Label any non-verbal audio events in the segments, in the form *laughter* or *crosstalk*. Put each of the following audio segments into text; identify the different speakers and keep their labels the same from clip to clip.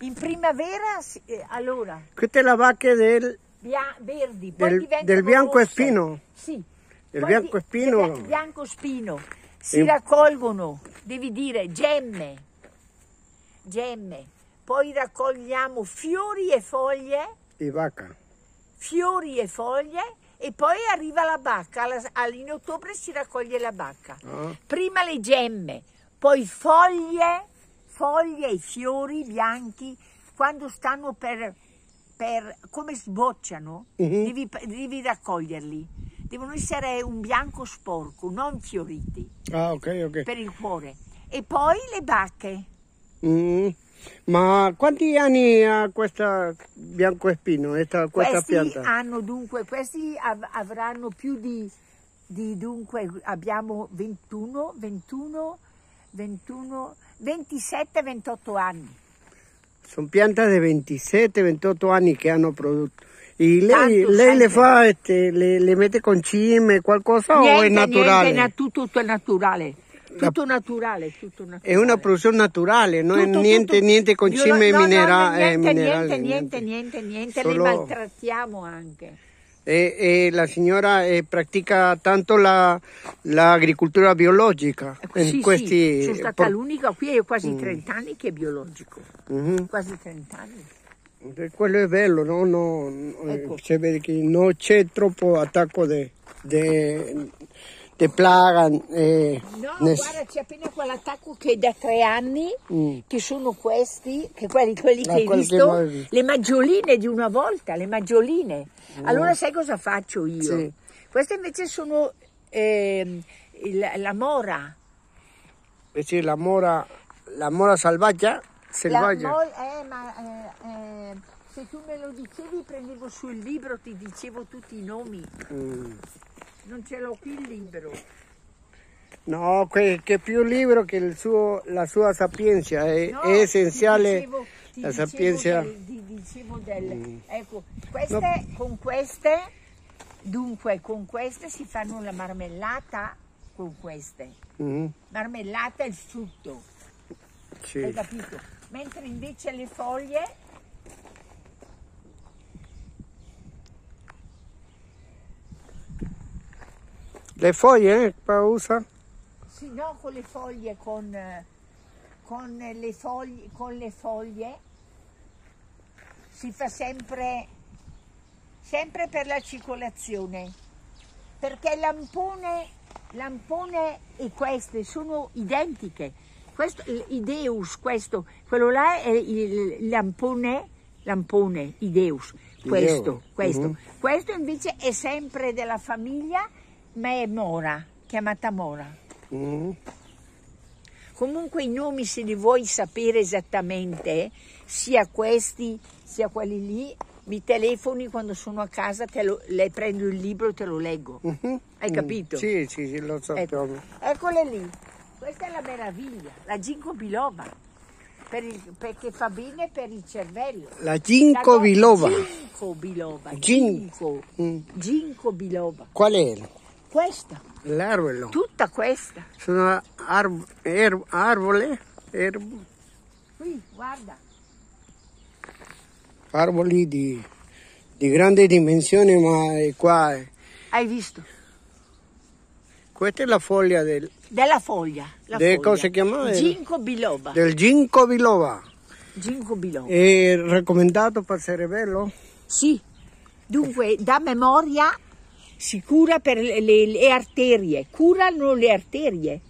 Speaker 1: In primavera, sì, eh, allora,
Speaker 2: Questa è la vacca del,
Speaker 1: bia- verdi, poi
Speaker 2: Del-
Speaker 1: diventano
Speaker 2: del bianco
Speaker 1: rosse.
Speaker 2: espino?
Speaker 1: Sì.
Speaker 2: Del
Speaker 1: Poi
Speaker 2: bianco
Speaker 1: di-
Speaker 2: espino?
Speaker 1: del bianco espino. Si
Speaker 2: E-
Speaker 1: raccolgono, devi dire, gemme, gemme. Poi raccogliamo fiori e foglie,
Speaker 2: di vacca.
Speaker 1: fiori e foglie e poi arriva la bacca. Alla- all- in ottobre si raccoglie la bacca.
Speaker 2: Ah.
Speaker 1: Prima le gemme, poi foglie, foglie e fiori bianchi quando stanno per, per- come sbocciano,
Speaker 2: Mhm.
Speaker 1: devi, devi raccoglierli. Devono essere un bianco sporco, non fioriti,
Speaker 2: Ah, ok, ok.
Speaker 1: per il cuore. E poi le bacche.
Speaker 2: Mm. Ma quanti anni ha questa biancoespino, esta- questa
Speaker 1: questi
Speaker 2: pianta?
Speaker 1: hanno dunque, questi av- avranno più di, di dunque, abbiamo 21, 21, 21, 27, 28 anni.
Speaker 2: Sono piante di 27, 28 anni che hanno prodotto. E lei,
Speaker 1: Tanto,
Speaker 2: lei le
Speaker 1: tanto.
Speaker 2: fa, este, le, le mette con cime, qualcosa o Oh, è naturale?
Speaker 1: niente, na- tutto, tutto è naturale. Tutto naturale, tutto naturale.
Speaker 2: è una ¿eh? produzione naturale, non
Speaker 1: Tutto,
Speaker 2: è niente,
Speaker 1: tutto.
Speaker 2: niente con
Speaker 1: Io no-
Speaker 2: cime
Speaker 1: no, no,
Speaker 2: minera- eh,
Speaker 1: niente,
Speaker 2: minerali.
Speaker 1: niente, niente, niente, niente,
Speaker 2: Solo-
Speaker 1: le maltrattiamo anche.
Speaker 2: E- e la signora eh, pratica tanto la, l'agricoltura biologica.
Speaker 1: Ecco,
Speaker 2: in
Speaker 1: sì,
Speaker 2: Eh, questi,
Speaker 1: sì, sono stata
Speaker 2: por- Mm.
Speaker 1: l'unica qui, è quasi 30 anni che è biologico,
Speaker 2: Mhm.
Speaker 1: quasi 30 anni.
Speaker 2: Eh, Quello è bello, no? No, no, eh,
Speaker 1: Ecco.
Speaker 2: si vede che non c'è troppo attacco di plaga. eh,
Speaker 1: No,
Speaker 2: ness-
Speaker 1: guarda, c'è appena quell'attacco che è da tre anni,
Speaker 2: Mm.
Speaker 1: che sono questi, che quelli, quelli che
Speaker 2: Ah,
Speaker 1: hai
Speaker 2: quelli che
Speaker 1: visto,
Speaker 2: avevi visto.
Speaker 1: le maggioline di una volta, le maggioline. Allora sai cosa faccio io?
Speaker 2: Mm. Sì.
Speaker 1: Queste invece sono ehm, il- la mora.
Speaker 2: eh sì, la mora, la mora selvaggia, selvaggia.
Speaker 1: La mol- eh, ma eh, eh, se tu me lo dicevi prendevo sul libro, ti dicevo tutti i nomi.
Speaker 2: Mm.
Speaker 1: Non ce l'ho qui il libro.
Speaker 2: No, che, che più libro che il suo, la eh, sua sapienza, è,
Speaker 1: No,
Speaker 2: è essenziale
Speaker 1: ti dicevo- ti
Speaker 2: eh, la
Speaker 1: dicevo
Speaker 2: sapienza. Mm.
Speaker 1: del- ti dicevo del- Ecco, queste, con queste, dunque, con queste si fanno la marmellata, con queste.
Speaker 2: Mhm,
Speaker 1: Marmellata e il frutto,
Speaker 2: sì.
Speaker 1: hai capito? Mentre invece le foglie...
Speaker 2: Le foglie, eh, qua usa?
Speaker 1: Sì, no, con le foglie, con, eh, con le foglie, con le foglie si fa sempre, sempre per la circolazione, perché lampone, lampone e queste sono identiche. Questo, il- Ideus, questo, quello là è il lampone, lampone, Ideus, questo,
Speaker 2: Ideo,
Speaker 1: questo.
Speaker 2: mhm.
Speaker 1: Questo invece è sempre della famiglia, ma è Mora, chiamata Mora.
Speaker 2: Mhm.
Speaker 1: Comunque i nomi, se li vuoi sapere esattamente, sia questi sia quelli lì, mi telefoni quando sono a casa, te lo- le prendo il libro e te lo leggo.
Speaker 2: Mhm.
Speaker 1: Hai capito?
Speaker 2: Sì, sì, sì, lo sappiamo.
Speaker 1: Ecco, eccole lì. Questa è la meraviglia, la ginkgo biloba, per il- perché fa bene per il cervello.
Speaker 2: La ginkgo
Speaker 1: La-
Speaker 2: biloba.
Speaker 1: Ginkgo biloba.
Speaker 2: Gin-
Speaker 1: Ginkgo.
Speaker 2: Mm.
Speaker 1: Ginkgo biloba.
Speaker 2: Qual è?
Speaker 1: Questa,
Speaker 2: L'arbolo.
Speaker 1: tutta questa.
Speaker 2: Sono arb- eh, erb- arbole, erb-
Speaker 1: Qui, guarda.
Speaker 2: arboli di, di grandi dimensioni, ma eh, qua. eh,
Speaker 1: Hai visto?
Speaker 2: Questa è la foglia del,
Speaker 1: Della foglia. La
Speaker 2: De-
Speaker 1: foglia.
Speaker 2: come si chiama?
Speaker 1: Ginkgo biloba.
Speaker 2: del ginkgo biloba.
Speaker 1: Ginkgo biloba.
Speaker 2: È raccomandato per cerebello?
Speaker 1: Sì. Dunque, da memoria si cura per le, le- le arterie. Curano le arterie.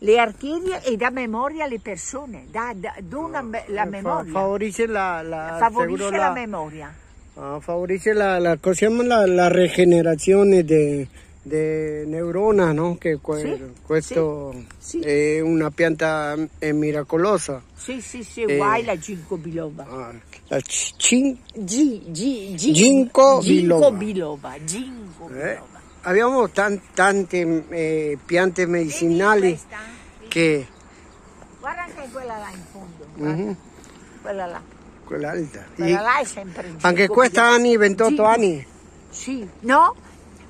Speaker 1: Le arterie e da memoria le persone. Da, da- dona me- la
Speaker 2: Fa-
Speaker 1: memoria.
Speaker 2: favorisce la, la-
Speaker 1: Favorisce
Speaker 2: seguro
Speaker 1: la memoria.
Speaker 2: ah, favorisce la, la, cosa si chiama? la, la regenerazione de, de neurona, no? Che que-
Speaker 1: Sì,
Speaker 2: questo
Speaker 1: sì, sì.
Speaker 2: è una pianta eh, miracolosa.
Speaker 1: Sì, sì, sì,
Speaker 2: Eh.
Speaker 1: guai la ginkgo biloba.
Speaker 2: Ah, la c- cin-
Speaker 1: Gi, gi, gi-
Speaker 2: Ginkgo biloba.
Speaker 1: biloba. Ginkgo
Speaker 2: eh,
Speaker 1: biloba.
Speaker 2: abbiamo tan- tante eh, piante
Speaker 1: Vedi
Speaker 2: medicinali
Speaker 1: questa? Vedi?
Speaker 2: che
Speaker 1: Guarda anche quella là in fondo, guarda.
Speaker 2: Mhm.
Speaker 1: quella là.
Speaker 2: quella alta. E
Speaker 1: Quella là è sempre in
Speaker 2: anche
Speaker 1: giro.
Speaker 2: questa anni 28
Speaker 1: Sì.
Speaker 2: anni.
Speaker 1: Sì, no,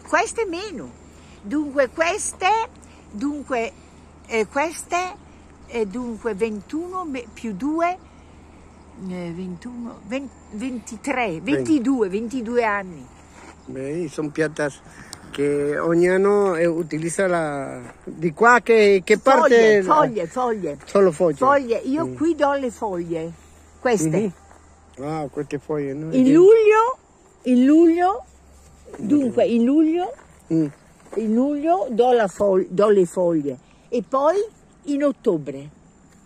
Speaker 1: queste meno. Dunque queste, dunque eh, queste, eh, dunque 21 me- più 2, eh, 21, 20 23, 22, 22 anni.
Speaker 2: Beh, sono piante che ogni anno eh, utilizza la... Di qua che, che parte...
Speaker 1: Foglie, foglie, foglie.
Speaker 2: Solo foglie.
Speaker 1: Foglie, io qui do le foglie, queste.
Speaker 2: Mm. Mhm. Wow, queste foglie. No?
Speaker 1: In luglio, in luglio, dunque in luglio,
Speaker 2: Mm.
Speaker 1: in luglio do, la fo- do le foglie e poi in ottobre,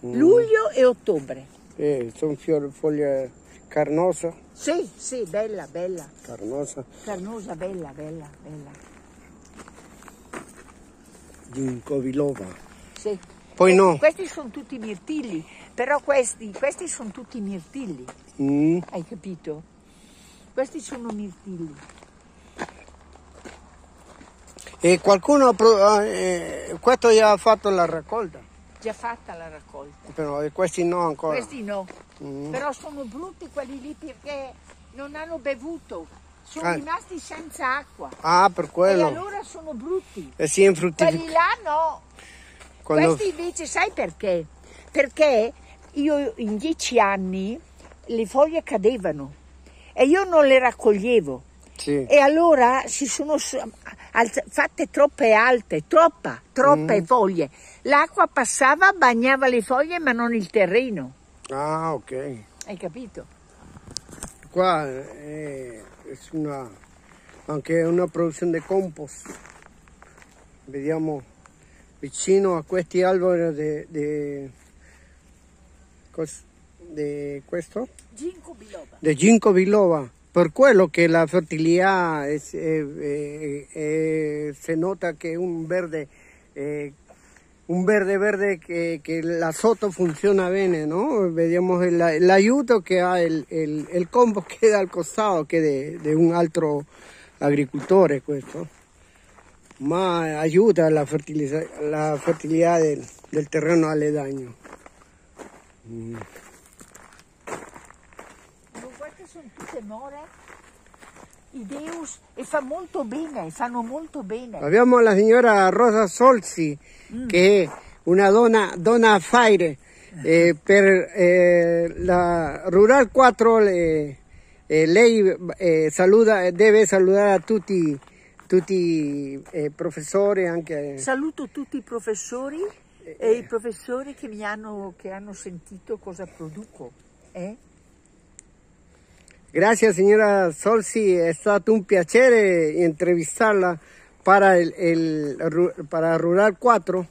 Speaker 2: Mm.
Speaker 1: luglio e ottobre.
Speaker 2: Eh, sono fior- foglie carnosa.
Speaker 1: Sì, sì, bella, bella,
Speaker 2: Carnosa.
Speaker 1: carnosa, bella, bella, bella.
Speaker 2: Ginkgo biloba.
Speaker 1: Sì.
Speaker 2: Poi
Speaker 1: Eh,
Speaker 2: no.
Speaker 1: Questi sono tutti mirtilli, però questi, questi sono tutti mirtilli,
Speaker 2: Mm.
Speaker 1: hai capito? Questi sono mirtilli.
Speaker 2: E qualcuno ha pro- ha, eh, questo già ha fatto la raccolta,
Speaker 1: Già fatta la raccolta.
Speaker 2: però eh, questi no ancora.
Speaker 1: Questi no,
Speaker 2: Mm.
Speaker 1: però sono brutti quelli lì perché non hanno bevuto, sono
Speaker 2: Ah.
Speaker 1: rimasti senza acqua
Speaker 2: Ah, per quello.
Speaker 1: e allora sono brutti.
Speaker 2: Eh sì, in frutti-
Speaker 1: Quelli là no,
Speaker 2: quando-
Speaker 1: questi invece sai perché? Perché io in dieci anni le foglie cadevano e io non le raccoglievo
Speaker 2: Sì.
Speaker 1: e allora si sono s- alza- fatte troppe alte, troppa, troppe foglie. L'acqua passava, bagnava le foglie ma non il terreno,
Speaker 2: Ah, ok.
Speaker 1: hai capito?
Speaker 2: Qua eh, es una, anche una produzione di compost. Vediamo vicino a questi alberi di, di, cos- di questo,
Speaker 1: Ginkgo biloba.
Speaker 2: di ginkgo biloba. Per quello che la eh, fertilità è, è- è- è- si eh, nota che è un verde, eh, un verde verde che, che la sotto funziona bene, ¿no? Vediamo el- l'aiuto che ha il, il, il *laughs* compost che dà al costato che de, de un altro pues, agricoltore questo, ma aiuta la, fertilità la fertilità del, del terreno alledaño.
Speaker 1: Queste sono tutte more, ideus, e fa molto bene, fanno molto bene.
Speaker 2: Abbiamo la signora Rosa Solzi,
Speaker 1: Mm.
Speaker 2: che è una donna, donna fire, eh, per eh, la Rural 4 le- eh, lei eh, saluda, deve salutare a tutti, tutti eh, professori, anche
Speaker 1: Saluto tutti i professori e i professori che mi hanno, che hanno sentito cosa produco. eh.
Speaker 2: Grazie signora Solsi, è stato un piacere intervistarla para, il, il Ru- para Rural 4.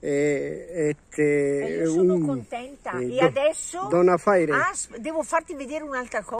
Speaker 2: Eh, este,
Speaker 1: E io sono
Speaker 2: un-
Speaker 1: contenta.
Speaker 2: eh,
Speaker 1: E
Speaker 2: do-
Speaker 1: adesso
Speaker 2: Donna Faire.
Speaker 1: Ah, s- devo farti vedere un'altra cosa.